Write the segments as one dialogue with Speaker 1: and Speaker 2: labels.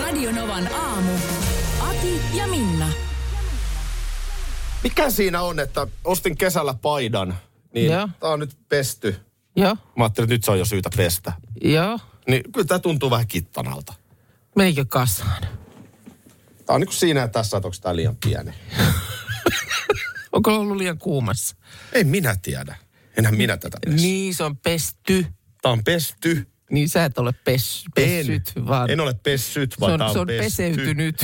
Speaker 1: Radionovan aamu. Ati ja Minna.
Speaker 2: Mikä siinä on, että ostin kesällä paidan, niin
Speaker 3: Joo.
Speaker 2: tää on nyt pesty.
Speaker 3: Joo,
Speaker 2: Mä ajattelin, että nyt se on jo syytä pestä.
Speaker 3: joo.
Speaker 2: Niin kyllä tää tuntuu vähän kittanalta.
Speaker 3: Menikö kasaan?
Speaker 2: Tää on niinku siinä ja tässä, että onko tää liian pieni.
Speaker 3: Onko ollut liian kuumassa?
Speaker 2: Ei minä tiedä. Enhän minä tätä pesty. Niin.
Speaker 3: Niin, se on pesty.
Speaker 2: Tää on pesty.
Speaker 3: Niin sä et ole pes, pessyt,
Speaker 2: en.
Speaker 3: vaan
Speaker 2: en ole pessyt,
Speaker 3: se
Speaker 2: vaan tää
Speaker 3: on,
Speaker 2: on,
Speaker 3: se on
Speaker 2: pesty.
Speaker 3: peseytynyt.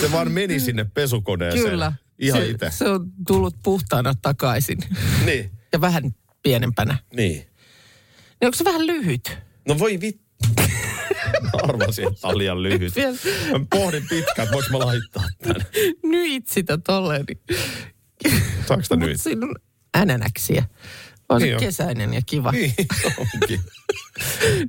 Speaker 2: Se vaan meni sinne pesukoneeseen.
Speaker 3: Kyllä.
Speaker 2: Ihan
Speaker 3: se,
Speaker 2: itse.
Speaker 3: se on tullut puhtaana takaisin.
Speaker 2: Niin,
Speaker 3: ja vähän pienempänä.
Speaker 2: niin.
Speaker 3: Niin onko se vähän lyhyt?
Speaker 2: No voi vittu. Arvasin, että tää on liian lyhyt.
Speaker 3: Vielä.
Speaker 2: Mä pohdin pitkään, että voinko mä laittaa tän.
Speaker 3: Nyt sitä tolleen.
Speaker 2: Saanko tää nyt?
Speaker 3: Mutta siinä on änänäksiä. On
Speaker 2: Niin
Speaker 3: niin
Speaker 2: on.
Speaker 3: kesäinen ja kiva.
Speaker 2: Niin, onkin.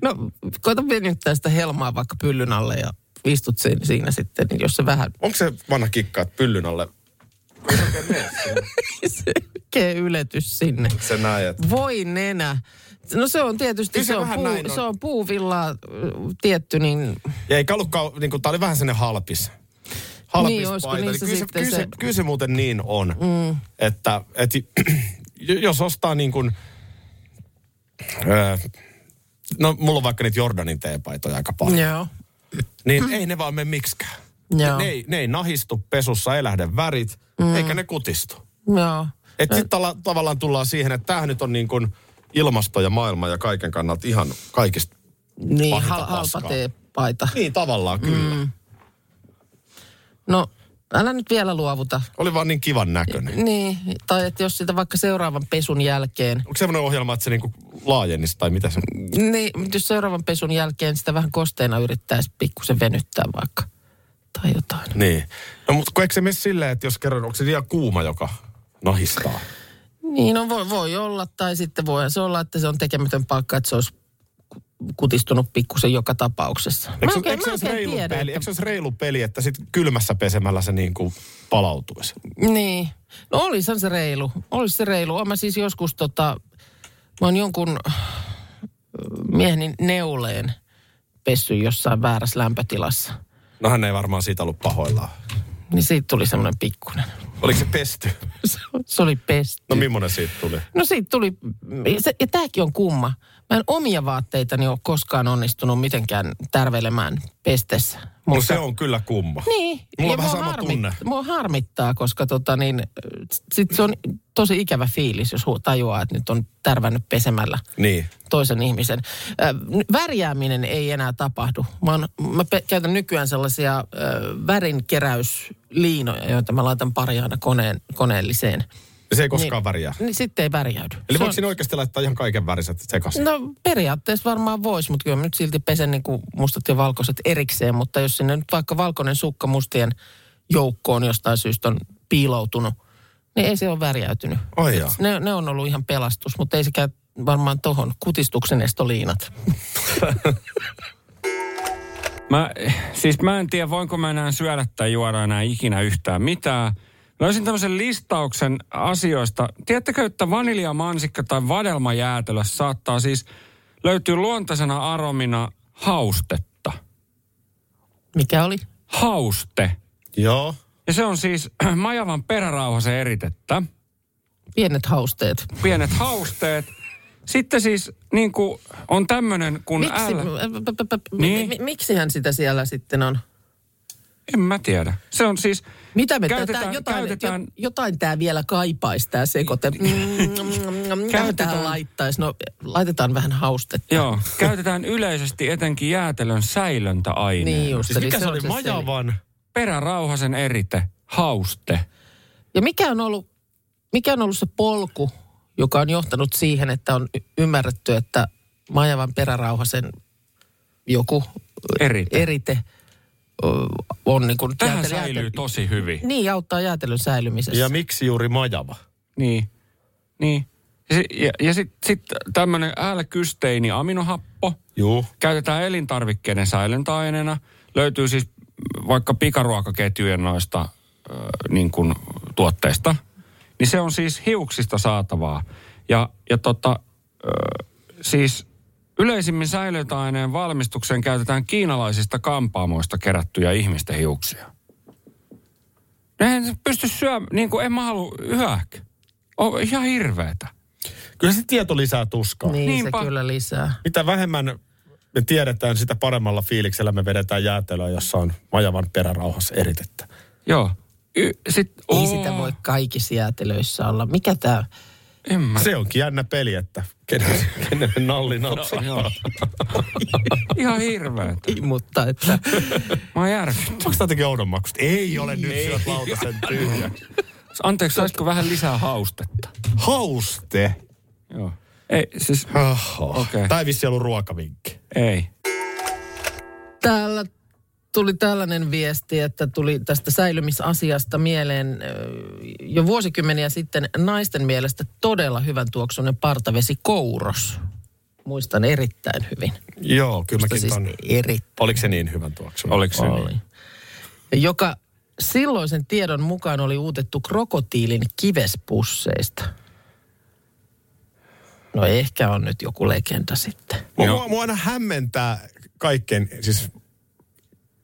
Speaker 3: No, koita venyttää sitä helmaa vaikka pyllyn alle ja istut sen- siinä sitten, niin jos se vähän
Speaker 2: Onko se vanha kikka, että pyllyn alle
Speaker 3: selkeä niin yletys sinne.
Speaker 2: se näet?
Speaker 3: Voi nenä. No se on tietysti,
Speaker 2: Kyllä se
Speaker 3: se on,
Speaker 2: vähän
Speaker 3: puu,
Speaker 2: näin on.
Speaker 3: se on puuvillaa äh, tietty, niin
Speaker 2: Ja eikä ollutkaan, niin kuin, tää oli vähän sellainen halpis. Halpis
Speaker 3: Niin, olisiko
Speaker 2: paita.
Speaker 3: niissä
Speaker 2: kyllä, se,
Speaker 3: sitten
Speaker 2: kyllä, se...
Speaker 3: se-
Speaker 2: kyllä se muuten niin on, mm. että, että jos ostaa niin kuin, öö, no mulla on vaikka niitä Jordanin teepaitoja aika paljon, yeah.
Speaker 3: joo.
Speaker 2: niin ei ne vaan mene miksikään.
Speaker 3: Joo.
Speaker 2: Ne, ei, ne ei nahistu pesussa, ei lähde värit, mm. eikä ne kutistu.
Speaker 3: joo.
Speaker 2: Että sitten tala, tavallaan tullaan siihen, että tämähän nyt on niin kuin ilmasto ja maailma ja kaiken kannalta ihan kaikista.
Speaker 3: Niin,
Speaker 2: Pahinta
Speaker 3: hal, halpa
Speaker 2: paskaa.
Speaker 3: teepaita.
Speaker 2: Niin tavallaan kyllä. Mm.
Speaker 3: No, älä nyt vielä luovuta.
Speaker 2: Oli vaan niin kivan näköinen.
Speaker 3: Niin, tai että jos sitä vaikka seuraavan pesun jälkeen,
Speaker 2: Onko semmoinen ohjelma, että se niinku laajennisi tai mitä se...
Speaker 3: niin jos seuraavan pesun jälkeen sitä vähän kosteena yrittäisi pikkusen venyttää vaikka. Tai jotain.
Speaker 2: Niin. No mutta kun eikö se mene silleen, että jos kerran, onko se liian kuuma, joka nahistaa?
Speaker 3: Niin, no voi, voi olla, tai sitten voi se olla, että se on tekemätön paikka, että se olisi ku- kutistunut pikkusen joka tapauksessa.
Speaker 2: Eikö,
Speaker 3: Mä
Speaker 2: se-
Speaker 3: oikein,
Speaker 2: eikö se
Speaker 3: mä
Speaker 2: olisi
Speaker 3: oikein
Speaker 2: reilu
Speaker 3: tiedä,
Speaker 2: peli? Eikö
Speaker 3: että,
Speaker 2: se olisi reilu peli, että sit kylmässä pesemällä se niinku palautuisi?
Speaker 3: Niin. No olisihan se reilu. Olisi se reilu. Olen mä siis joskus tota, mä oon jonkun äh, mieheni neuleen pessy jossain väärässä lämpötilassa.
Speaker 2: No hän ei varmaan siitä ollut pahoillaan.
Speaker 3: Niin siitä tuli semmoinen pikkunen.
Speaker 2: Oliko se pesty?
Speaker 3: Se- Se oli pesty.
Speaker 2: No millainen siitä tuli?
Speaker 3: No siitä tuli, se, ja tämäkin on kumma. Mä en omia vaatteitani ole koskaan onnistunut mitenkään tärvelemään pestessä.
Speaker 2: No se on kyllä kumma.
Speaker 3: Niin.
Speaker 2: Mulla on
Speaker 3: ja
Speaker 2: vähän
Speaker 3: mua
Speaker 2: sama tunne.
Speaker 3: Mua harmittaa, koska tota niin, sit se on tosi ikävä fiilis, jos hu- tajuaa, että nyt on tärvännyt pesemällä
Speaker 2: Niin.
Speaker 3: toisen ihmisen. Ö, n- Värjääminen ei enää tapahdu, vaan mä pe- käytän nykyään sellaisia ö, värinkeräysliinoja, joita mä laitan pari aina koneen, koneelliseen.
Speaker 2: Se ei koskaan niin. väriä.
Speaker 3: Niin sitten ei värjäydy.
Speaker 2: Eli
Speaker 3: Se
Speaker 2: voiko
Speaker 3: on-
Speaker 2: sinne oikeasti laittaa ihan kaiken väriset sekaisin?
Speaker 3: No periaatteessa varmaan voisi, mutta kyllä mä nyt silti pesen niin kuin mustat ja valkoiset erikseen. Mutta jos sinne nyt vaikka valkoinen sukka mustien joukkoon jostain syystä on piiloutunut, niin ei se ole värjäytynyt.
Speaker 2: Ai jaa.
Speaker 3: Ne, ne on ollut ihan pelastus, mutta ei sekään varmaan tohon kutistuksen estoliinat.
Speaker 4: Mä, siis mä en tiedä, voinko mä enää syödä tai juoda enää ikinä yhtään mitään. Löysin tämmöisen listauksen asioista. Tiedättekö, että vaniljamansikka tai vadelmajäätelö saattaa siis löytyy luontaisena aromina haustetta.
Speaker 3: Mikä oli?
Speaker 4: Hauste.
Speaker 2: Joo.
Speaker 4: Ja se on siis majavan perärauhasen eritettä.
Speaker 3: Pienet hausteet.
Speaker 4: Pienet hausteet. Sitten siis niin kuin on tämmöinen kuin
Speaker 3: Miksi,
Speaker 4: L.
Speaker 3: p- p- p-
Speaker 4: Niin.
Speaker 3: mi- miksihän sitä siellä sitten on?
Speaker 4: En mä tiedä. Se on siis...
Speaker 3: Mitä me
Speaker 4: Käytetään-
Speaker 3: tätä, jotain,
Speaker 4: käytetään-
Speaker 3: jo, jotain tämä vielä kaipaisi, tämä sekote. Mm, mm, mm, Mitä tähän
Speaker 4: Käytetään-
Speaker 3: laittaisi? No laitetaan vähän haustetta.
Speaker 4: Joo, käytetään yleisesti etenkin jäätelön säilöntäaineena.
Speaker 3: Niin just.
Speaker 2: Siis
Speaker 3: eli
Speaker 2: mikä se
Speaker 3: on
Speaker 2: oli? Majavan?
Speaker 4: perärauhasen erite, hauste.
Speaker 3: seli. Ja mikä on, ollut, mikä on ollut se polku, joka on johtanut siihen, että on y- ymmärretty, että Majavan perärauhasen joku
Speaker 4: Erite.
Speaker 3: erite ö, on niin kuin
Speaker 4: Tähän säilyy tosi hyvin.
Speaker 3: Niin, auttaa jäätelön säilymisessä.
Speaker 2: Ja miksi juuri majava?
Speaker 4: Niin. Niin. Ja, si- ja, ja sitten sit tämmöinen L-kysteini aminohappo
Speaker 2: Juu.
Speaker 4: käytetään elintarvikkeiden säilyntäaineena. Löytyy siis vaikka pikaruokaketjujen noista äh, niin kuin tuotteista. Niin se on siis hiuksista saatavaa. Ja, ja tota, äh, siis yleisimmin säilyntäaineen valmistukseen käytetään kiinalaisista kampaamoista kerättyjä ihmisten hiuksia. Ne en pysty syömään, niin kuin en mä halua, yhäk. On ihan hirveetä.
Speaker 2: Kyllä se tieto lisää tuskaa.
Speaker 3: Niin
Speaker 4: Niinpä.
Speaker 3: se kyllä lisää.
Speaker 2: Mitä vähemmän me tiedetään, sitä paremmalla fiiliksellä me vedetään jäätelöä, jossa on majavan perärauhassa eritettä.
Speaker 4: Joo. Y- sit,
Speaker 3: Ei
Speaker 4: Oo,
Speaker 3: sitä voi kaikissa jäätelöissä olla. Mikä tämä?
Speaker 4: En mä.
Speaker 2: Se onkin jännä peli, että kenelle, kenelle nalli napsahtaa.
Speaker 4: Ihan hirveetä.
Speaker 3: Mutta että,
Speaker 4: Mä oon järkyttynyt.
Speaker 2: Onko tämä jotenkin oudonmaksusta? Ei ole nyt syöt lautasen tyhjä.
Speaker 4: Anteeksi, saisiko vähän lisää haustetta?
Speaker 2: Hauste.
Speaker 4: Joo. Ei, siis,
Speaker 2: Oho.
Speaker 4: Okei.
Speaker 2: Tämä ei vissi ollut ruokavinkki.
Speaker 4: ei.
Speaker 3: täällä tuli tällainen viesti, että tuli tästä säilymisasiasta mieleen ö, jo vuosikymmeniä sitten naisten mielestä todella hyvän tuoksunen partavesi kouros. Muistan erittäin hyvin.
Speaker 2: Joo, kyllä
Speaker 3: Mutta
Speaker 2: mäkin
Speaker 3: siis
Speaker 2: siis...
Speaker 3: eri,
Speaker 2: Oliko se niin hyvän tuoksun?
Speaker 4: Oliko se
Speaker 2: niin?
Speaker 3: oli. Joka silloisen tiedon mukaan oli uutettu krokotiilin kivespusseista. No ehkä on nyt joku legenda sitten.
Speaker 2: Mua,
Speaker 4: Joo.
Speaker 2: mua, mua aina hämmentää kaikkeen, siis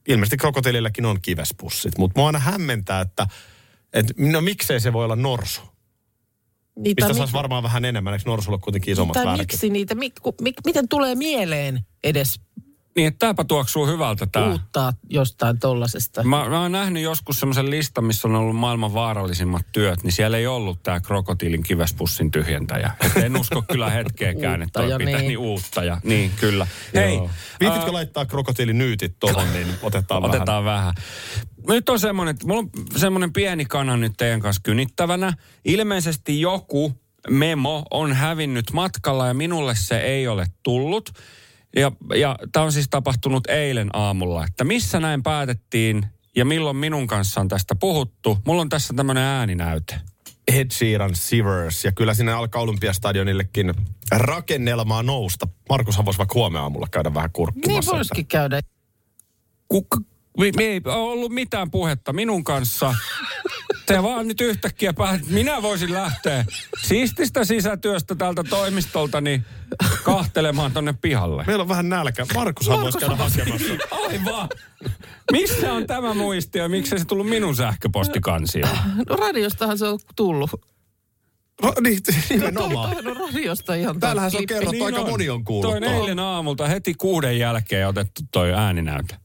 Speaker 2: ilmeisesti krokotiilillakin on kivespussit, mutta mua aina hämmentää, että et, no miksei se voi olla norsu?
Speaker 3: Niitä
Speaker 2: Mistä
Speaker 3: on
Speaker 2: saisi varmaan vähän enemmän, eikö norsulla kuitenkin isommat
Speaker 3: tai
Speaker 2: väärät?
Speaker 3: miksi niitä, mik, ku- mik, miten tulee mieleen edes
Speaker 4: Niin, että tääpä tuoksuu hyvältä tää.
Speaker 3: uuttaa jostain tollasesta?
Speaker 4: Mä, mä oon nähnyt joskus semmoisen listan, missä on ollut maailman vaarallisimmat työt, niin siellä ei ollut tää krokotiilin kivespussin tyhjentäjä. Et en usko kyllä hetkeäkään, että toi
Speaker 3: Uuttaja,
Speaker 4: pitää
Speaker 3: niin.
Speaker 4: niin uuttaja. Niin, kyllä. Hei, äh,
Speaker 2: Viititkö laittaa krokotiilinyytit tuohon, niin otetaan, vähän.
Speaker 4: Otetaan vähän. Nyt on semmoinen, että mulla on semmoinen pieni kana nyt teidän kanssa kynittävänä. Ilmeisesti joku memo on hävinnyt matkalla ja minulle se ei ole tullut. Ja, ja tämä on siis tapahtunut eilen aamulla, että missä näin päätettiin ja milloin minun kanssa on tästä puhuttu. Mulla on tässä tämmöinen ääninäyte.
Speaker 2: Ed Sheeran Sivers, ja kyllä sinne alkaa Olympiastadionillekin rakennelmaa nousta. Markushan voisi vaikka huomenna aamulla käydä vähän
Speaker 3: Niin
Speaker 2: kurkkimassa. että-
Speaker 3: voisikin käydä.
Speaker 4: Kuka, mi, mi, ei ole ollut mitään puhetta minun kanssa. Te vaan nyt yhtäkkiä päätit, minä voisin lähteä siististä sisätyöstä tältä toimistolta niin kahtelemaan tonne pihalle.
Speaker 2: Meillä on vähän nälkä. Markushan voisi käydä hakemassa.
Speaker 4: Aivan! Missä on tämä muistio? Miksi se tullut minun sähköpostikansioon?
Speaker 3: No radiostahan se on tullut.
Speaker 2: No, niin, nimenomaan.
Speaker 3: Tuohan on radiosta ihan Niin,
Speaker 2: Täällähän se on
Speaker 3: klippi.
Speaker 2: kerrottu, aika moni niin on kuullut.
Speaker 4: Toi Niin, on
Speaker 2: tuohon.
Speaker 4: eilen aamulta heti kuuden jälkeen otettu toi ääninäyte.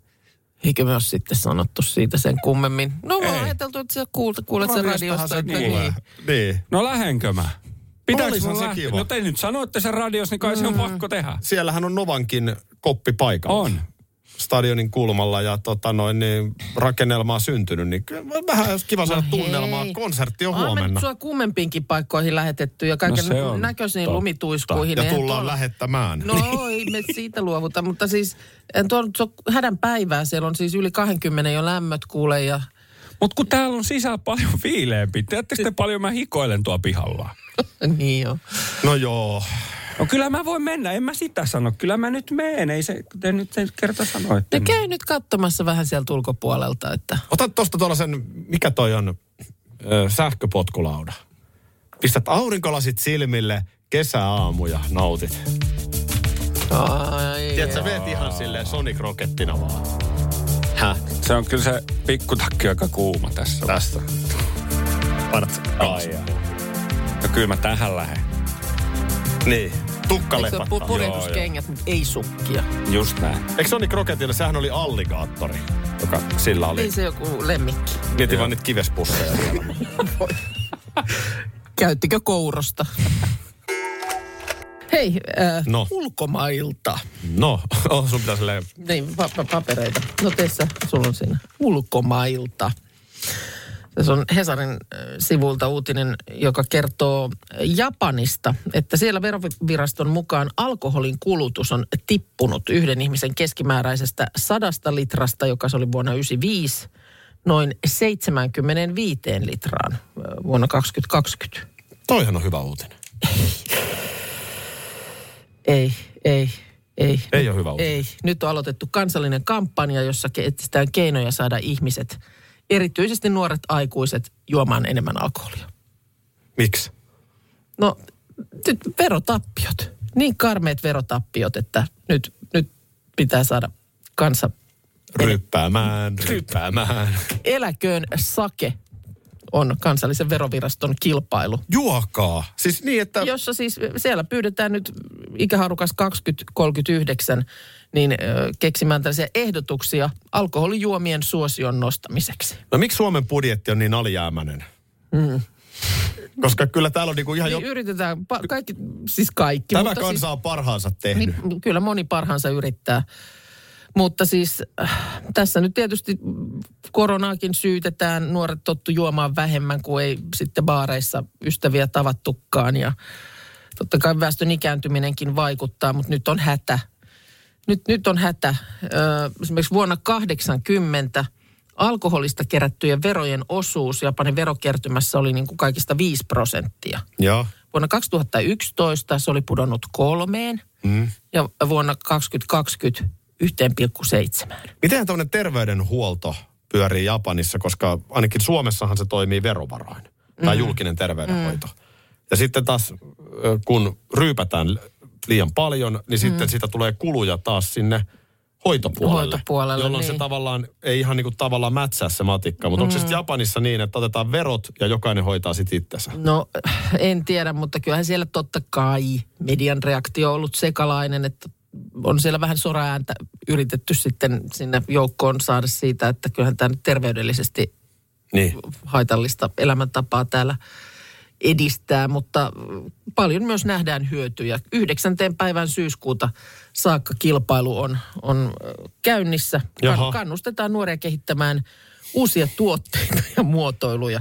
Speaker 3: Eikö me ole sitten sanottu siitä sen kummemmin? No mä oon ajateltu, että sä kuulet, kuulet sen
Speaker 2: Radiostahan
Speaker 3: radiosta.
Speaker 2: se
Speaker 3: että
Speaker 2: tulee.
Speaker 3: niin.
Speaker 2: Niin.
Speaker 4: No lähenkö mä? Pitääkö
Speaker 2: Olisihan
Speaker 4: mun
Speaker 2: se
Speaker 4: lähteä?
Speaker 2: kiva. Mm.
Speaker 4: No te nyt sanoitte sen radios, niin kai se on pakko tehdä.
Speaker 2: Siellähän on Novankin koppi paikalla.
Speaker 4: On.
Speaker 2: Stadionin kulmalla ja tota noin, niin rakennelmaa syntynyt, niin kyllä vähän jos kiva saada tunnelmaa.
Speaker 3: No hei.
Speaker 2: Konsertti on
Speaker 3: Onhan me nyt
Speaker 2: huomenna. No
Speaker 3: sua kummempiinkin paikkoihin lähetetty ja kaiken
Speaker 4: se on
Speaker 3: näköisiin
Speaker 4: totta.
Speaker 3: lumituiskuihin.
Speaker 2: Ja
Speaker 3: Eihän
Speaker 2: tullaan
Speaker 3: tuolla-
Speaker 2: lähettämään.
Speaker 3: No ei me siitä luovuta, mutta siis en tuon se on hädän päivää. Siellä on siis yli 20 jo lämmöt kuule ja
Speaker 4: Mutta kun täällä on sisällä paljon viileämpi, tiedättekö te paljon mä hikoilen tuo pihalla?
Speaker 3: niin joo.
Speaker 2: No joo.
Speaker 4: No kyllä mä voin mennä, en mä sitä sano. Kyllä mä nyt meen, ei se, te nyt sen kerta sanoitte.
Speaker 3: Ne käy nyt katsomassa vähän sieltä ulkopuolelta, että
Speaker 2: Ota tuosta tuollaisen, mikä toi on, ö, sähköpotkulauda. Pistät aurinkolasit silmille, kesäaamuja nautit.
Speaker 3: ai,
Speaker 2: Tiedät, sä veet ihan silleen Sonic Rockettina vaan. Häh?
Speaker 4: Se on kyllä se pikkutakki aika kuuma tässä.
Speaker 2: Tästä. Painat
Speaker 4: Ai
Speaker 2: kaasua.
Speaker 4: jaa. No kyllä mä tähän lähden.
Speaker 2: Niin. Tukka
Speaker 3: Eikö se ole pu-
Speaker 2: lepattaa.
Speaker 3: purehduskengät, mutta ei sukkia.
Speaker 4: Just näin.
Speaker 2: Eikö Sonic Rocketilla, sehän oli alligaattori, joka sillä oli.
Speaker 3: Ei Niin se joku lemmikki.
Speaker 2: Mieti vaan niitä kivespusseja. siellä.
Speaker 3: Käyttikö kourosta? Hei, äh,
Speaker 2: No.
Speaker 3: ulkomailta.
Speaker 2: no, oh, sun pitää silleen,
Speaker 3: Niin, pa- pa- papereita. No teissä, sulla on siinä. Ulkomailta. Tässä on Hesarin äh, sivuilta uutinen, joka kertoo Japanista, että siellä veroviraston mukaan alkoholin kulutus on tippunut yhden ihmisen keskimääräisestä sadasta litrasta, joka se oli vuonna 1995, noin 75 litraan äh, vuonna 2020.
Speaker 2: Toihan on hyvä uutinen.
Speaker 3: Ei, ei, ei.
Speaker 2: Ei ole hyvä uutinen.
Speaker 3: Ei. Nyt on aloitettu kansallinen kampanja, jossa ke- etsitään keinoja saada ihmiset, erityisesti nuoret aikuiset, juomaan enemmän alkoholia.
Speaker 2: Miksi?
Speaker 3: No, nyt verotappiot. Niin karmeet verotappiot, että nyt, nyt pitää saada kansa
Speaker 2: Ryppäämään, ryppäämään.
Speaker 3: eläköön sake on kansallisen veroviraston kilpailu.
Speaker 2: Juokaa. Siis niin, että...
Speaker 3: jossa siis siellä pyydetään nyt ikähaarukas 2039 niin ö, keksimään tällaisia ehdotuksia alkoholijuomien suosion nostamiseksi.
Speaker 2: No miksi Suomen budjetti on niin alijäämäinen? Mm. Koska kyllä täällä on niinku ihan jo...
Speaker 3: Niin yritetään, pa- kaikki, siis kaikki.
Speaker 2: Tämä
Speaker 3: mutta
Speaker 2: kansa
Speaker 3: siis,
Speaker 2: on parhaansa tehnyt. Niin.
Speaker 3: niin, kyllä moni parhaansa yrittää. Mutta siis äh, tässä nyt tietysti koronaakin syytetään. Nuoret tottu juomaan vähemmän, kuin ei sitten baareissa ystäviä tavattukaan. Ja totta kai väestön ikääntyminenkin vaikuttaa, mutta nyt on hätä. Nyt, nyt on hätä. Ö, esimerkiksi vuonna 80 alkoholista kerättyjen verojen osuus Japanin verokertymässä oli niin kuin kaikista 5 prosenttia.
Speaker 2: Joo.
Speaker 3: Vuonna 2011 se oli pudonnut kolmeen mm. ja vuonna 2020 1,7.
Speaker 2: Miten tämmöinen terveydenhuolto pyörii Japanissa, koska ainakin Suomessahan se toimii verovarain
Speaker 3: Mm.
Speaker 2: tai julkinen terveydenhoito. Ja sitten taas, ö, kun ryypätään liian paljon, niin sitten
Speaker 3: Mm.
Speaker 2: siitä tulee kuluja taas sinne hoitopuolelle.
Speaker 3: Hoitopuolelle,
Speaker 2: jolloin se
Speaker 3: niin. Mm.
Speaker 2: tavallaan, ei ihan niin kuin tavallaan mätsää se matikka, mutta onko se sitten Japanissa niin, että otetaan verot ja jokainen hoitaa sitten itsensä?
Speaker 3: No en tiedä, mutta kyllähän siellä totta kai median reaktio on ollut sekalainen, että on siellä vähän soraääntä yritetty sitten sinne joukkoon saada siitä, että kyllähän tämä nyt terveydellisesti
Speaker 2: Niin.
Speaker 3: haitallista elämäntapaa täällä edistää, mutta mm, paljon myös nähdään hyötyjä. 9. päivän syyskuuta saakka kilpailu on, on ö, käynnissä.
Speaker 2: Jaha.
Speaker 3: Kan, kannustetaan nuoria kehittämään uusia tuotteita ja muotoiluja.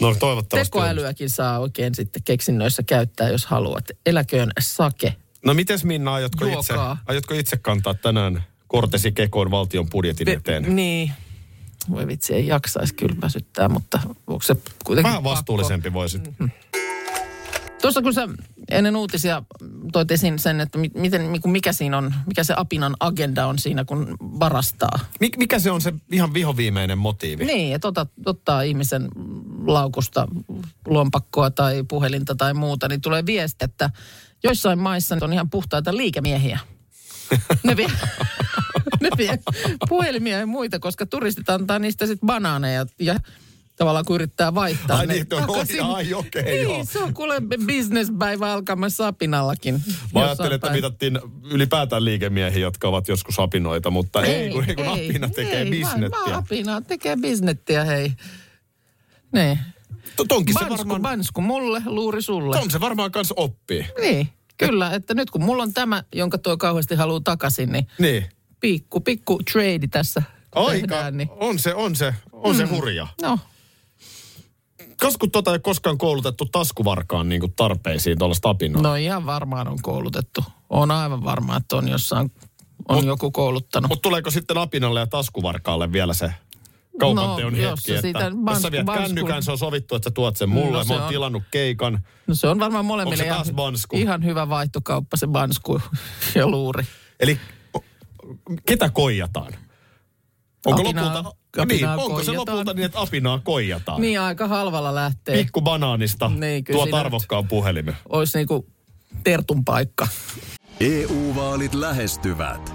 Speaker 2: No toivottavasti.
Speaker 3: Tekoälyäkin saa oikein sitten keksinnöissä käyttää, jos haluat. Eläköön sake.
Speaker 2: No mites Minna, aiotko itse,
Speaker 3: Juokaa.
Speaker 2: aiotko itse kantaa tänään kortesi kekoon valtion budjetin eteen?
Speaker 3: Niin. Voi vitsi, ei jaksaisi kyllä väsyttää, mutta onko se kuitenkin
Speaker 2: Vähän vastuullisempi voisit.
Speaker 3: Tuossa kun sä ennen uutisia toit esiin sen, että mi- miten, mi- kun mikä siinä on, mikä se apinan agenda on siinä, kun varastaa.
Speaker 2: Mik, mikä se on se ihan vihoviimeinen motiivi?
Speaker 3: Niin, että ota, ottaa ihmisen laukusta lompakkoa tai puhelinta tai muuta, niin tulee viesti, että joissain maissa on ihan puhtaita liikemiehiä. Ne vie, ne vie puhelimia ja muita, koska turistit antaa niistä sitten banaaneja ja tavallaan kun yrittää vaihtaa
Speaker 2: Ai
Speaker 3: ne
Speaker 2: niin, että on
Speaker 3: takaisin.
Speaker 2: oikein, ai okei,
Speaker 3: niin,
Speaker 2: joo.
Speaker 3: se on kuule bisnespäivä alkamassa apinallakin.
Speaker 2: Mä
Speaker 3: jossain
Speaker 2: ajattelin, että
Speaker 3: päin.
Speaker 2: viitattiin ylipäätään liikemiehiä, jotka ovat joskus apinoita, mutta ei, ei kun, ei, kun apina tekee
Speaker 3: ei, Niin, Vaan,
Speaker 2: bisnettiä.
Speaker 3: vaan apina tekee bisnettiä, hei. Niin.
Speaker 2: To- Tonkin se
Speaker 3: Bansku,
Speaker 2: varmaan,
Speaker 3: bansku mulle, luuri sulle.
Speaker 2: ton se varmaan kanssa oppii.
Speaker 3: Niin, kyllä. Että nyt kun mulla on tämä, jonka toi kauheasti haluaa takaisin, niin
Speaker 2: Niin.
Speaker 3: pikku, pikku trade tässä
Speaker 2: Aika,
Speaker 3: tehdään. Niin.
Speaker 2: on se, on se, on se hurja.
Speaker 3: No,
Speaker 2: Kas kun tota ei ole koskaan koulutettu taskuvarkaan niin kuin tarpeisiin tuollaista apinaa.
Speaker 3: no ihan varmaan on koulutettu. On aivan varma, että on jossain, on
Speaker 2: Mut-
Speaker 3: joku kouluttanut.
Speaker 2: Mutta tuleeko sitten apinalle ja taskuvarkaalle vielä se kaupan
Speaker 3: No,
Speaker 2: teon
Speaker 3: jos
Speaker 2: hetki,
Speaker 3: sä
Speaker 2: että
Speaker 3: siitä
Speaker 2: jos sä
Speaker 3: bans-
Speaker 2: viet
Speaker 3: banskun-
Speaker 2: kännykän, se on sovittu, että sä tuot sen mulle,
Speaker 3: No, se
Speaker 2: mä oon
Speaker 3: on.
Speaker 2: tilannut keikan.
Speaker 3: No se on varmaan molemmille
Speaker 2: Onko se taas bansku?
Speaker 3: ihan hyvä vaihtokauppa se bansku ja luuri.
Speaker 2: Eli o- ketä koijataan? Onko,
Speaker 3: Apinaa-
Speaker 2: lopulta,
Speaker 3: apinaa
Speaker 2: niin, onko se
Speaker 3: koijataan.
Speaker 2: lopulta niin, että apinaa koijataan?
Speaker 3: Niin aika halvalla lähtee.
Speaker 2: Pikku banaanista
Speaker 3: Niin, kyllä
Speaker 2: tuot
Speaker 3: siinä nyt-
Speaker 2: arvokkaan puhelimen.
Speaker 3: Olisi niinku tertun paikka.
Speaker 5: EU-vaalit E lähestyvät.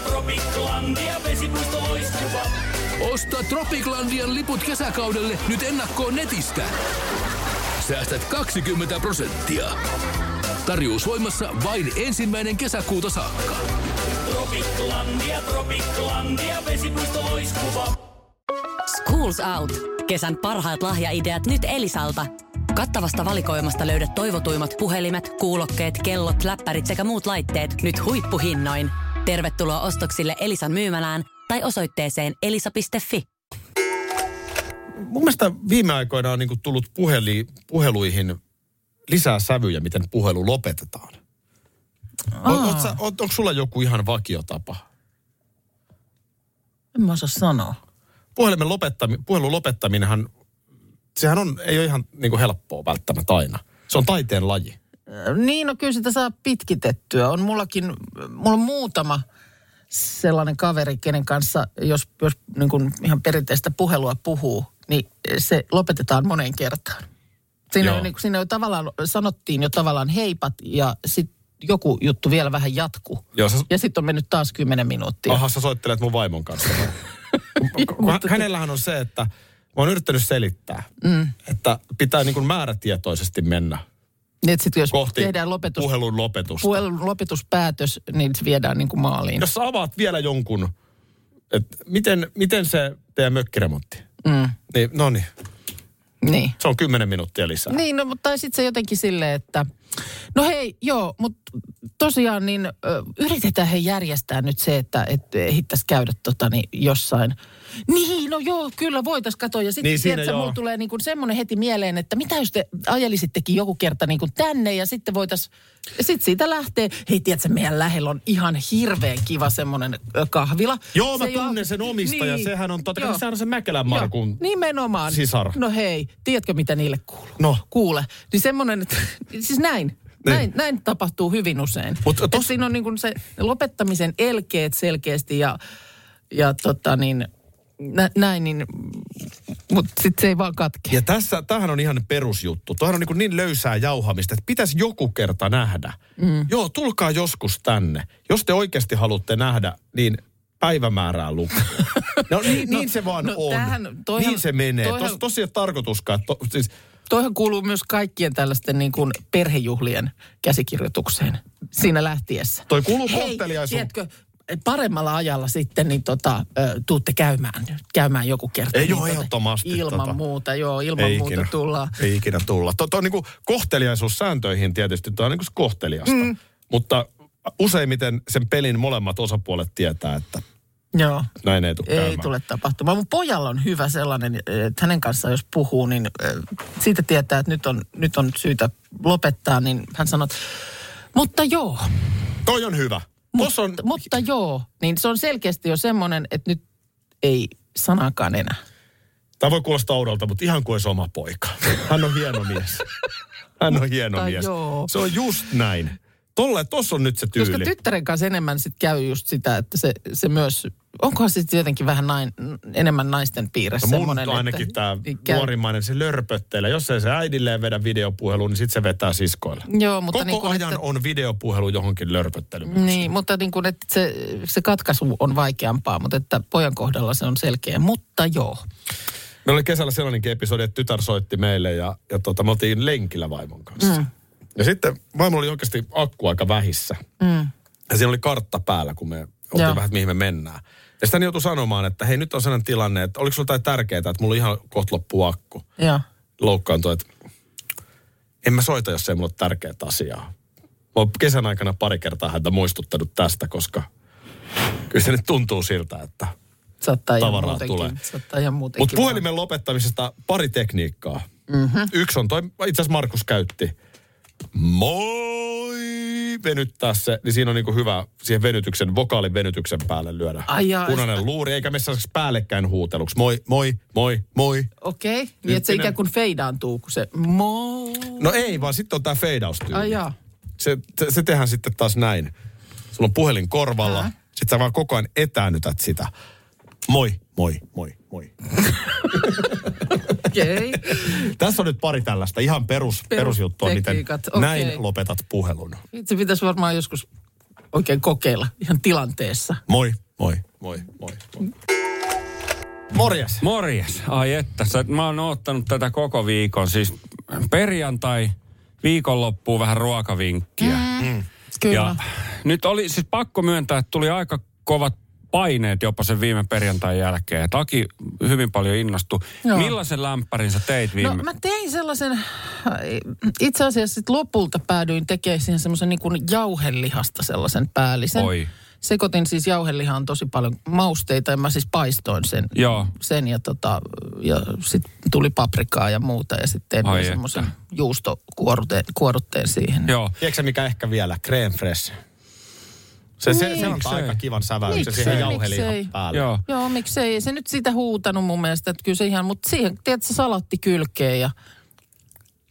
Speaker 6: Tropiklandia, vesipuisto loistuva. Osta Tropiklandian liput kesäkaudelle nyt ennakkoon netistä. Säästät 20 prosenttia. Tarjous voimassa vain ensimmäinen kesäkuuta saakka.
Speaker 7: Tropiklandia, Tropiklandia, vesipuisto loiskuva.
Speaker 8: Schools Out. Kesän parhaat lahjaideat nyt Elisalta. Kattavasta valikoimasta löydät toivotuimmat puhelimet, kuulokkeet, kellot, läppärit sekä muut laitteet nyt huippuhinnoin. Tervetuloa ostoksille Elisan myymälään tai osoitteeseen elisa.fi.
Speaker 2: Mun mielestä viime aikoina on niin kuin tullut puheli, puheluihin lisää sävyjä, miten puhelu lopetetaan. On, oot sä- oot- onko sulla joku ihan vakiotapa?
Speaker 3: En mä osaa sanoa.
Speaker 2: Puhelimen lopettami, puhelun lopettaminenhan, sehän on, ei ole ihan niin kuin helppoa välttämättä aina. Se on taiteen laji.
Speaker 3: Niin, no kyllä sitä saa pitkitettyä. On mullakin, mulla on muutama sellainen kaveri, kenen kanssa, jos, jos niin kuin ihan perinteistä puhelua puhuu, niin se lopetetaan moneen kertaan. Siinä,
Speaker 2: Joo.
Speaker 3: on, niin kuin, siinä on tavallaan, sanottiin jo tavallaan heipat ja sitten joku juttu vielä vähän jatkuu.
Speaker 2: Joo, sä-
Speaker 3: Ja sitten on mennyt taas 10 minuuttia.
Speaker 2: Aha, sä soittelet mun vaimon kanssa. Kun hä- Hänellähän on se, että mä oon yrittänyt selittää, mm. että pitää niin kuin määrätietoisesti mennä
Speaker 3: Niin, sitten jos
Speaker 2: kohti
Speaker 3: tehdään lopetus,
Speaker 2: puhelun lopetusta.
Speaker 3: puhelun lopetuspäätös, niin se viedään niin kuin maaliin.
Speaker 2: Jos sä avaat vielä jonkun, että miten, miten se teidän mökkiremontti? Mm. Niin, no niin,
Speaker 3: Niin.
Speaker 2: se on 10 minuuttia lisää.
Speaker 3: Niin, no, mutta sitten se jotenkin silleen, että no hei, joo, mutta tosiaan niin ö, yritetään he järjestää nyt se, että et, hittäisi käydä tota, niin, jossain. Niin, no joo, kyllä voitais katsoa. Ja sitten
Speaker 2: Niin,
Speaker 3: niin,
Speaker 2: siinä
Speaker 3: tiedätkö,
Speaker 2: joo.
Speaker 3: mulla tulee niin semmoinen heti mieleen, että mitä jos te ajelisittekin joku kerta niin kuin tänne ja sitten voitais, sitten siitä lähtee. Hei, tiedätkö, meidän lähellä on ihan hirveän kiva semmoinen ö, kahvila.
Speaker 2: Joo, mä
Speaker 3: Se jo-
Speaker 2: tunnen sen omistajan. Niin. Sehän on, totta,
Speaker 3: Joo.
Speaker 2: sehän on se Mäkelän Markun.
Speaker 3: Joo, nimenomaan.
Speaker 2: sisar.
Speaker 3: No hei, tiedätkö mitä niille kuuluu?
Speaker 2: No. Niin.
Speaker 3: Kuule. Niin semmoinen, että siis näin. Näin, näin tapahtuu hyvin usein.
Speaker 2: Mut
Speaker 3: Et
Speaker 2: tos-
Speaker 3: Siinä on niin kuin se lopettamisen elkeet selkeästi ja, ja tota niin, nä, näin, niin, mutta sitten se ei vaan katke.
Speaker 2: Ja tässä, tämähän on ihan perusjuttu. Tuohan on niin, kuin niin löysää jauhamista, että pitäisi joku kerta nähdä. Mm. Joo, tulkaa joskus tänne. Jos te oikeasti haluatte nähdä, niin päivämäärää lukee. No niin, no, niin se vaan
Speaker 3: no
Speaker 2: no, on.
Speaker 3: tämähän-
Speaker 2: Tähän,
Speaker 3: toihan-
Speaker 2: niin se menee.
Speaker 3: toihan-
Speaker 2: Toihan... Tos, tosiaan tarkoituskaan. To, siis,
Speaker 3: Toihan kuuluu myös kaikkien tällaisten niin kuin perhejuhlien käsikirjoitukseen siinä lähtiessä.
Speaker 2: toi kuuluu
Speaker 3: Hei,
Speaker 2: kohteliaisuus.
Speaker 3: tiedätkö, paremmalla ajalla sitten niin tota, ö, tuutte käymään, käymään joku kerta.
Speaker 2: Ei,
Speaker 3: niin
Speaker 2: joo, ehdottomasti
Speaker 3: Ilman
Speaker 2: tota.
Speaker 3: muuta, joo, ilman
Speaker 2: Ei
Speaker 3: muuta
Speaker 2: ikinä.
Speaker 3: tullaan.
Speaker 2: Ei ikinä tulla. Tuo, tuo on niin kuin kohteliaisuus sääntöihin tietysti, tuo on niin kuin kohteliasta. Mm. Mutta useimmiten sen pelin molemmat osapuolet tietää, että
Speaker 3: Joo.
Speaker 2: näin ei tule
Speaker 3: Ei
Speaker 2: käymään.
Speaker 3: tule tapahtumaan. Mun pojalla on hyvä sellainen, että hänen kanssaan jos puhuu, niin ö, siitä tietää, että nyt on, nyt on syytä lopettaa, niin hän sanoo, että, mutta joo,
Speaker 2: Toi on hyvä. Tuossa on,
Speaker 3: mutta joo, niin se on selkeästi jo semmoinen, että nyt ei sanakaan enää.
Speaker 2: Tämä voi kuulostaa oudolta, mutta ihan kuin olisi oma poika. Hän on hieno mies. Hän on hieno
Speaker 3: Mutta
Speaker 2: mies.
Speaker 3: joo.
Speaker 2: Se on just näin. Tolle, tossa on nyt se tyyli.
Speaker 3: Koska tyttären kanssa enemmän sit käy just sitä, että se, se myös, onkohan se sitten jotenkin vähän nain, enemmän naisten piirissä
Speaker 2: No mun
Speaker 3: semmoinen,
Speaker 2: on ainakin
Speaker 3: että,
Speaker 2: tämä
Speaker 3: niin käy-
Speaker 2: nuorimmainen, se lörpöttelee. Jos ei se äidilleen vedä videopuheluun, niin sitten se vetää siskoille.
Speaker 3: Joo, mutta
Speaker 2: Koko
Speaker 3: niin kuin,
Speaker 2: ajan
Speaker 3: että-
Speaker 2: on videopuhelu johonkin lörpöttelyyn.
Speaker 3: Niin, mutta niin kuin, että se, se katkaisu on vaikeampaa, mutta että pojan kohdalla se on selkeä. Mutta joo.
Speaker 2: Meillä oli kesällä sellainenkin episodi, että tytär soitti meille ja, ja tota, me oltiin lenkillä vaimon kanssa. Mm. Ja sitten vaimo oli oikeasti akku aika vähissä. Mm. Ja siinä oli kartta päällä, kun me oltiin
Speaker 3: Joo.
Speaker 2: vähän, että mihin me mennään. Ja sitten hän joutui sanomaan, että hei nyt on sellainen tilanne, että oliko sulla jotain tärkeää, että mulla on ihan kohta loppuu akku.
Speaker 3: Joo.
Speaker 2: Loukkaantui, että en mä soita, jos ei mulla ole tärkeää asiaa. Mä oon kesän aikana pari kertaa häntä muistuttanut tästä, koska kyllä se nyt tuntuu siltä, että...
Speaker 3: Saattaa ihan
Speaker 2: Tavaraa
Speaker 3: muutenkin.
Speaker 2: tulee.
Speaker 3: Saattaa ihan muutenkin.
Speaker 2: Mutta puhelimen lopettamisesta pari tekniikkaa.
Speaker 3: Mhm.
Speaker 2: Mm-hmm. Yksi on toi, itse asiassa Markus käytti. Moi! Venyttää se, niin siinä on niinku hyvä siihen venytyksen, vokaalin venytyksen päälle lyödä.
Speaker 3: Ai jaa.
Speaker 2: Punainen luuri, eikä mene sellaiseksi päällekkäin huuteluksi. Moi, moi, moi, moi.
Speaker 3: Okei, okay. niin että se
Speaker 2: Tyyppinen.
Speaker 3: ikään kuin feidaantuu, kun se moo.
Speaker 2: No ei, vaan sitten on tämä feidaustyyli.
Speaker 3: Ai jaa.
Speaker 2: se, se, se tehdään sitten taas näin. Sulla on puhelin korvalla, sit sä vaan koko ajan etäännytät sitä. Moi, moi, moi, moi.
Speaker 3: Okei. Okay.
Speaker 2: Tässä on nyt pari tällaista ihan perus, perusjuttua, miten
Speaker 3: Perustekniikat, okei.
Speaker 2: näin lopetat puhelun.
Speaker 3: Itse pitäisi varmaan joskus oikein kokeilla ihan tilanteessa.
Speaker 2: Moi, moi, moi, moi. moi. Morjes.
Speaker 4: Morjes. Ai että, sä, mä oon oottanut tätä koko viikon. Siis perjantai, viikonloppuun vähän ruokavinkkiä. Mm,
Speaker 3: kyllä.
Speaker 4: Ja nyt oli siis pakko myöntää, että tuli aika kovat paineet jopa sen viime perjantain jälkeen. Et Aki hyvin paljon innostui.
Speaker 3: Joo.
Speaker 4: Joo. Millaisen lämpärin sä teit viime?
Speaker 3: No mä tein sellaisen, äh, itse asiassa sit lopulta päädyin tekemään siihen semmoisen niin kuin jauhelihasta sellaisen päällisen.
Speaker 4: Oi.
Speaker 3: Sekoitin siis jauhelihaan tosi paljon mausteita ja mä siis paistoin sen.
Speaker 4: Joo.
Speaker 3: Sen ja, tota, ja sitten tuli paprikaa ja muuta ja sitten
Speaker 4: Ai
Speaker 3: tein
Speaker 4: että.
Speaker 3: semmoisen juustokuorutteen kuorutteen siihen.
Speaker 4: Joo.
Speaker 2: Tiedätkö sä, mikä ehkä vielä? Creme fresh. Se, se, se antaa
Speaker 4: Miksei?
Speaker 2: aika kivan säväyksen
Speaker 3: Miksei,
Speaker 2: siihen jauhelihan
Speaker 3: miksei?
Speaker 2: päälle.
Speaker 4: Joo.
Speaker 3: Joo, miksei. Ei se nyt sitä huutanut mun mielestä, että kyllä se ihan, mutta siihen, tiedätkö, salatti kylkeen ja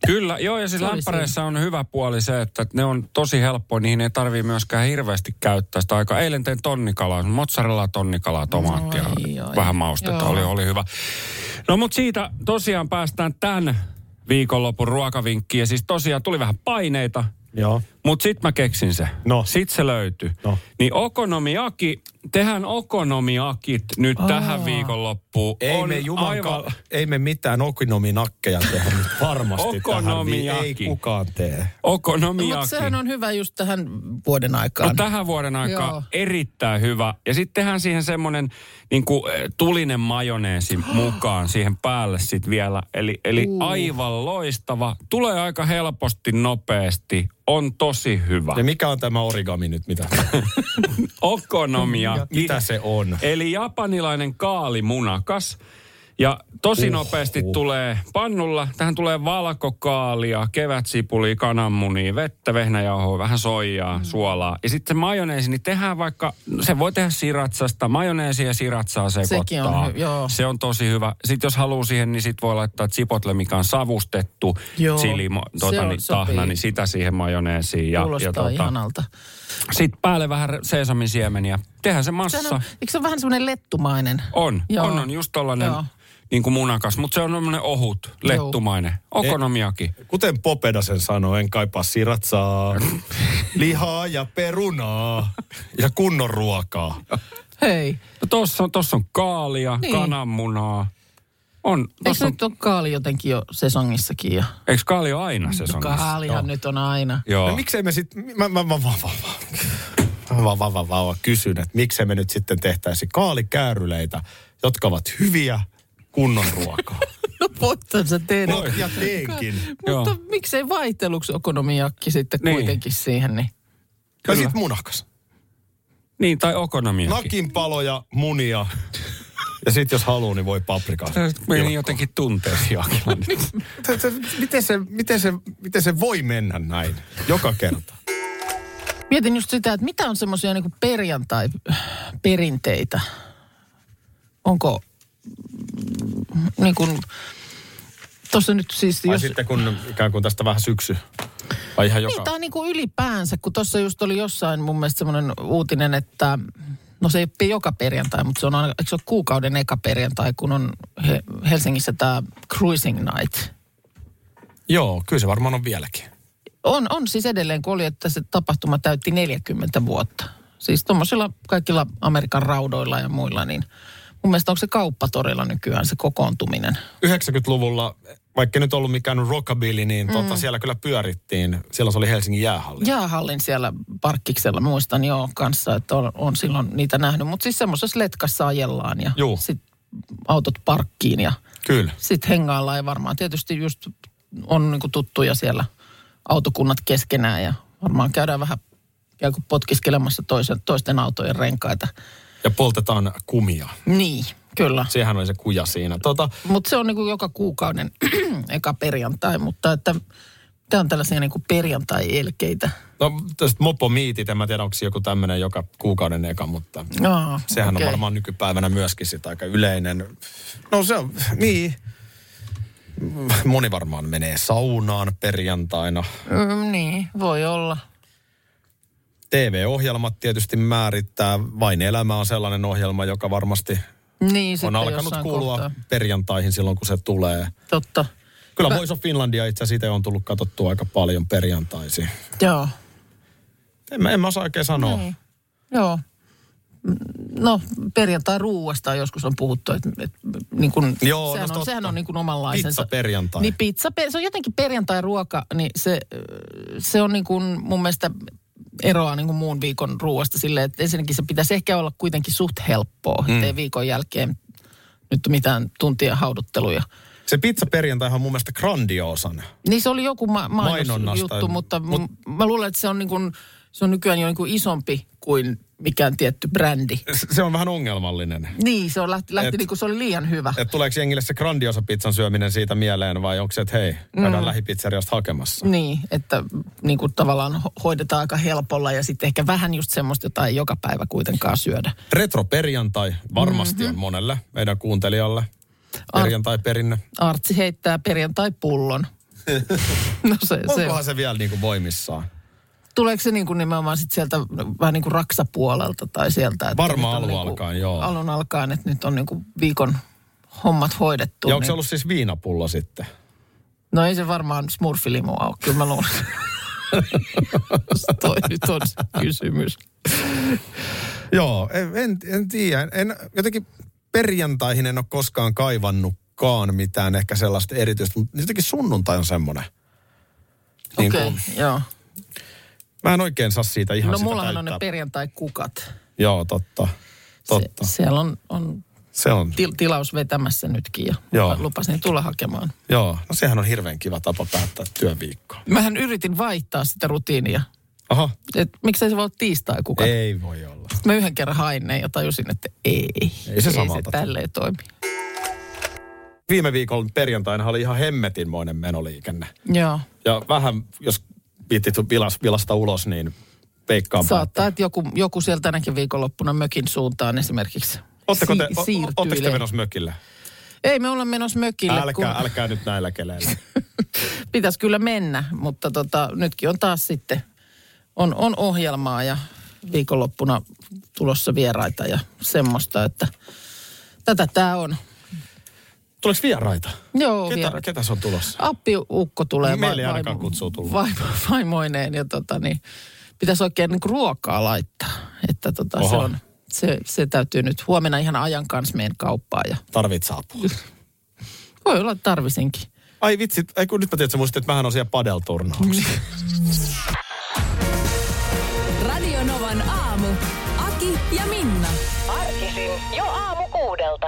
Speaker 4: Kyllä, joo, ja siis
Speaker 3: Se oli
Speaker 4: lämpäreissä on hyvä puoli se, että ne on tosi helppo, niihin ei tarvii myöskään hirveästi käyttää sitä aikaa. Eilen tein tonnikalaa, mozzarellaa, tonnikalaa, tomaattia,
Speaker 3: Ai, ai.
Speaker 4: vähän maustetta,
Speaker 3: Joo.
Speaker 4: oli, oli hyvä. No mutta siitä tosiaan päästään tämän viikonlopun ruokavinkkiin, ja siis tosiaan tuli vähän paineita,
Speaker 2: Joo.
Speaker 4: mutta sit mä keksin se.
Speaker 2: No.
Speaker 4: Sit se löytyi.
Speaker 2: No.
Speaker 4: Niin okonomiaki, tehän okonomiakit nyt tähän viikonloppuun.
Speaker 2: Ei
Speaker 4: on
Speaker 2: me,
Speaker 4: aivan-
Speaker 2: jumankaan, ei me mitään okonominakkeja tehdä nyt varmasti tähän. Vi- Ei
Speaker 4: Okonomiaki.
Speaker 2: kukaan tee.
Speaker 4: Okonomiaki.
Speaker 3: Mutta sehän on hyvä just tähän vuoden aikaan.
Speaker 4: Niin No tähän vuoden aikaan
Speaker 3: Joo.
Speaker 4: erittäin hyvä. Ja sitten tehdään siihen semmoinen niin kuin, tulinen majoneesi mukaan siihen päälle sitten vielä. Eli, eli aivan loistava. Tulee aika helposti, nopeasti. On tosi hyvä.
Speaker 2: Ja mikä on tämä origami nyt? Mitä,
Speaker 4: Okonomia.
Speaker 2: mitä se on?
Speaker 4: Eli japanilainen kaalimunakas. Ja tosi nopeasti tulee pannulla. Tähän tulee valkokaalia, kevätsipulia, kananmunia, vettä, vehnäjauhoa, vähän
Speaker 3: Mm.
Speaker 4: soijaa, suolaa. Ja sitten se majoneesi, niin tehdään vaikka, se voi tehdä siratsasta. Majoneesi ja siratsaa sekoittaa.
Speaker 3: Sekin on hy- joo.
Speaker 4: Se on tosi hyvä. Sitten jos haluaa siihen, niin sit voi laittaa chipotle, mikä on savustettu,
Speaker 3: Joo.
Speaker 4: chili,
Speaker 3: Se
Speaker 4: tota,
Speaker 3: on-
Speaker 4: niin,
Speaker 3: sopii.
Speaker 4: tahna, niin sitä siihen majoneesiin. Ja,
Speaker 3: ja, Kuulostaa
Speaker 4: ja tota,
Speaker 3: ihanalta.
Speaker 4: Sitten päälle vähän seesamin siemeniä. Tehdään se massa.
Speaker 3: Sehän on, eikö se ole vähän semmoinen lettumainen?
Speaker 4: On,
Speaker 3: Joo.
Speaker 4: on, on just tollainen
Speaker 3: Joo.
Speaker 4: niin kuin munakas, mutta se on tämmöinen ohut, lettumainen,
Speaker 3: E-
Speaker 4: okonomiaki.
Speaker 2: Kuten Popeda sen sanoi, en kaipaa siratsaa, lihaa ja perunaa ja kunnon ruokaa.
Speaker 3: Hei,
Speaker 4: No tossa on, tossa on kaalia,
Speaker 3: Niin.
Speaker 4: niin. kananmunaa. On,
Speaker 3: eikö
Speaker 4: tossa on,
Speaker 3: nyt ole kaali jotenkin jo sesongissakin jo?
Speaker 4: eikö kaali ole aina se
Speaker 3: Kaalihan nyt on aina.
Speaker 4: Joo.
Speaker 2: No miksei me sitten, mä, mä, mä, mä, mä, mä, mä, mä, mä, mä, mä kysyn, että miksei me nyt sitten tehtäisi kaalikääryleitä, jotka ovat hyviä kunnon ruokaa.
Speaker 3: No voithan sä teet.
Speaker 2: No, ja teenkin.
Speaker 3: Mutta
Speaker 4: Joo.
Speaker 3: miksei vaihteluksi okonomiakki sitten
Speaker 4: Niin.
Speaker 3: kuitenkin siihen, niin
Speaker 2: Ja sit munakas.
Speaker 4: Niin, tai okonomiaki.
Speaker 2: Nakin paloja, munia. Ja sit jos haluaa, niin voi paprikaa.
Speaker 4: Tämä meni jotenkin tunteisiin Akilla nyt.
Speaker 2: Tä- tä- Miten se, miten, se, miten se voi mennä näin? Joka kerta.
Speaker 3: Mietin just sitä, että mitä on semmoisia niin perjantai-perinteitä. Onko niin kuin, tuossa nyt siis,
Speaker 2: Tai
Speaker 3: jos,
Speaker 2: sitten kun ikään kuin tästä vähän syksy. Vai ihan joka...
Speaker 3: Niin, tai niin kuin ylipäänsä, kun tuossa just oli jossain mun mielestä semmoinen uutinen, että no se ei ole joka perjantai, mutta se on, aina- eikö se ole kuukauden eka perjantai, kun on He- Helsingissä tämä Cruising Night.
Speaker 2: Joo, kyllä se varmaan on vieläkin.
Speaker 3: On, on siis edelleen, kun oli, että se tapahtuma täytti 40 vuotta. Siis tuommoisilla kaikilla Amerikan raudoilla ja muilla, niin mun mielestä onko se kauppatorilla nykyään se kokoontuminen?
Speaker 2: 90-luvulla, vaikka ei nyt ollut mikään rockabilly, niin tota,
Speaker 3: Mm.
Speaker 2: siellä kyllä pyörittiin. Silloin se oli Helsingin jäähalli.
Speaker 3: Jäähallin siellä parkkiksella muistan joo kanssa, että on, on silloin niitä nähnyt. Mutta siis semmoisessa letkassa ajellaan ja
Speaker 2: Juu.
Speaker 3: sitten autot parkkiin ja
Speaker 2: Kyllä.
Speaker 3: sitten hengaillaan. Ja varmaan tietysti just on niinku tuttuja siellä autokunnat keskenään ja varmaan käydään vähän ikään kuin potkiskelemassa toisen, toisten autojen renkaita.
Speaker 2: Ja poltetaan kumia.
Speaker 3: Niin, kyllä.
Speaker 2: Sehän oli se kuja siinä. Tota,
Speaker 3: Mutta se on niinku joka kuukauden eka perjantai, mutta että tämä on tällaisia niinku perjantai-elkeitä.
Speaker 2: no, tästä mopomiitit, en mä tiedä, onko se joku tämmöinen joka kuukauden eka, mutta...
Speaker 3: Aa,
Speaker 2: Sehän okay.
Speaker 3: okei.
Speaker 2: on varmaan nykypäivänä myöskin sitä aika yleinen. No se on, niin. Moni varmaan menee saunaan perjantaina.
Speaker 3: Mm, niin, voi olla.
Speaker 2: TV-ohjelmat tietysti määrittää. Vain elämä on sellainen ohjelma, joka varmasti Sitten
Speaker 3: Niin,
Speaker 2: on
Speaker 3: sitten
Speaker 2: alkanut
Speaker 3: jossain
Speaker 2: kuulua
Speaker 3: kohtaa.
Speaker 2: perjantaihin silloin, kun se tulee.
Speaker 3: Totta,
Speaker 2: Kyllä
Speaker 3: Mä-
Speaker 2: Voice of Finlandia itse asiassa itse on tullut katsottua aika paljon perjantaisin.
Speaker 3: joo.
Speaker 2: No.
Speaker 3: Niin.
Speaker 2: Niin. En mä, en mä osaa oikein sanoa.
Speaker 3: Joo. no perjantai ruuasta joskus on puhuttu, että, että niin kuin,
Speaker 2: Joo,
Speaker 3: sehän,
Speaker 2: no
Speaker 3: on,
Speaker 2: totta.
Speaker 3: sehän on niin kuin omanlaisensa.
Speaker 2: Pizza perjantai.
Speaker 3: Niin pizza, per- se on jotenkin perjantai-ruoka, niin se, ö, se on niin kuin mun mielestä eroaa niin kuin muun viikon ruoasta silleen, että ensinnäkin se pitäisi ehkä olla kuitenkin suht helppoa, mm. ettei viikon jälkeen nyt mitään tuntia haudutteluja.
Speaker 2: Se pizza perjantai on mun mielestä grandioosan.
Speaker 3: Niin se oli joku ma-
Speaker 2: Mainonnasta.
Speaker 3: mainosjuttu, mutta mut, mä luulen, että se on, niin kuin, se on nykyään jo niin kuin isompi kuin mikään tietty brändi.
Speaker 2: S- Se on vähän ongelmallinen.
Speaker 3: Niin, se on lähti, lähti
Speaker 2: Et-
Speaker 3: niin kuin se oli liian hyvä.
Speaker 2: Että tuleeko jengille se grandiosa pizzan syöminen siitä mieleen vai onko se, että hei, käydään mm. lähipizzeriasta hakemassa?
Speaker 3: Niin, että niin kuin tavallaan ho- hoidetaan aika helpolla ja sitten ehkä vähän just semmoista, jota ei joka päivä kuitenkaan syödä.
Speaker 2: Retroperjantai varmasti
Speaker 3: Mhm.
Speaker 2: mm-hmm. on monelle meidän kuuntelijalle.
Speaker 3: Ah.
Speaker 2: Perjantai-perinne.
Speaker 3: Artsi heittää perjantai-pullon. No se, se,
Speaker 2: Onkohan se vielä niin kuin voimissaan?
Speaker 3: tuleeko se niin kuin nimenomaan sit sieltä vähän niin kuin raksapuolelta tai sieltä? Että
Speaker 2: Varmaan
Speaker 3: nyt on
Speaker 2: alun
Speaker 3: niinku-
Speaker 2: alkaen, joo.
Speaker 3: Alun alkaen, että nyt on niin kuin viikon hommat hoidettu.
Speaker 2: Ja onko se
Speaker 3: niin-
Speaker 2: ollut siis viinapullo sitten?
Speaker 3: No ei se varmaan smurfilimua ole, kyllä mä luulen. Toi nyt on se kysymys.
Speaker 2: Joo, en, en, en tiedä. En, jotenkin perjantaihin en ole koskaan kaivannutkaan mitään ehkä sellaista erityistä, mutta jotenkin sunnuntai on semmoinen.
Speaker 3: Okei, okay, joo.
Speaker 2: mä en oikein saa siitä Niin ihan
Speaker 3: No
Speaker 2: sitä
Speaker 3: mullahan on ne
Speaker 2: täyttää.
Speaker 3: perjantai-kukat.
Speaker 2: Joo, totta. Totta.
Speaker 3: Se,
Speaker 2: Se,
Speaker 3: siellä on, on
Speaker 2: se on.
Speaker 3: til, tilaus vetämässä nytkin ja
Speaker 2: Joo.
Speaker 3: Joo. lupasin tulla hakemaan.
Speaker 2: Joo, no sehän on hirveän kiva tapa päättää työviikkoa.
Speaker 3: Mähän yritin vaihtaa sitä rutiinia.
Speaker 2: Aha,
Speaker 3: Et miksei se voi olla tiistai kukaan.
Speaker 2: ei voi olla.
Speaker 3: Mä yhden kerran hain ne ja tajusin, että ei.
Speaker 2: Ei se
Speaker 3: ei
Speaker 2: samalta
Speaker 3: se
Speaker 2: tunnu.
Speaker 3: tälleen toimi.
Speaker 2: Viime viikolla perjantaina oli ihan hemmetinmoinen menoliikenne.
Speaker 3: Joo.
Speaker 2: Ja vähän, jos viitti vilas, vilasta ulos, niin veikkaan
Speaker 3: Saattaa, että joku, joku siellä tänäkin viikonloppuna mökin suuntaan esimerkiksi
Speaker 2: Oletteko
Speaker 3: si-
Speaker 2: te, o- o- ootteko te
Speaker 3: siirtyilee.
Speaker 2: menossa mökille?
Speaker 3: Ei me olla menossa mökille,
Speaker 2: Älkää,
Speaker 3: kun
Speaker 2: älkää nyt näillä keleillä.
Speaker 3: pitäisi kyllä mennä, mutta tota, nytkin on taas sitten, on, on ohjelmaa ja viikonloppuna tulossa vieraita ja semmoista, että tätä tämä on.
Speaker 2: Tuleeko vieraita?
Speaker 3: Joo,
Speaker 2: Ketä,
Speaker 3: vieraita.
Speaker 2: ketä se on tulossa?
Speaker 3: Appiukko tulee vai-
Speaker 2: Meillä ei ainakaan
Speaker 3: vaimo-
Speaker 2: kutsua tullut.
Speaker 3: vaimo, vaimoineen ja tota, niin, pitäisi oikein niin ruokaa laittaa, että tota, se,
Speaker 2: Oho.
Speaker 3: on, se, se, täytyy nyt huomenna ihan ajan kanssa meidän kauppaan ja
Speaker 2: Tarvit saapua.
Speaker 3: voi olla, että tarvisinkin.
Speaker 2: Ai vitsi, ei kun nyt mä tiedän, että sä muistit, että mähän on siellä padelturnauksessa.
Speaker 1: Radio Novan aamu. Aki ja Minna.
Speaker 9: Arkisin jo aamu kuudelta.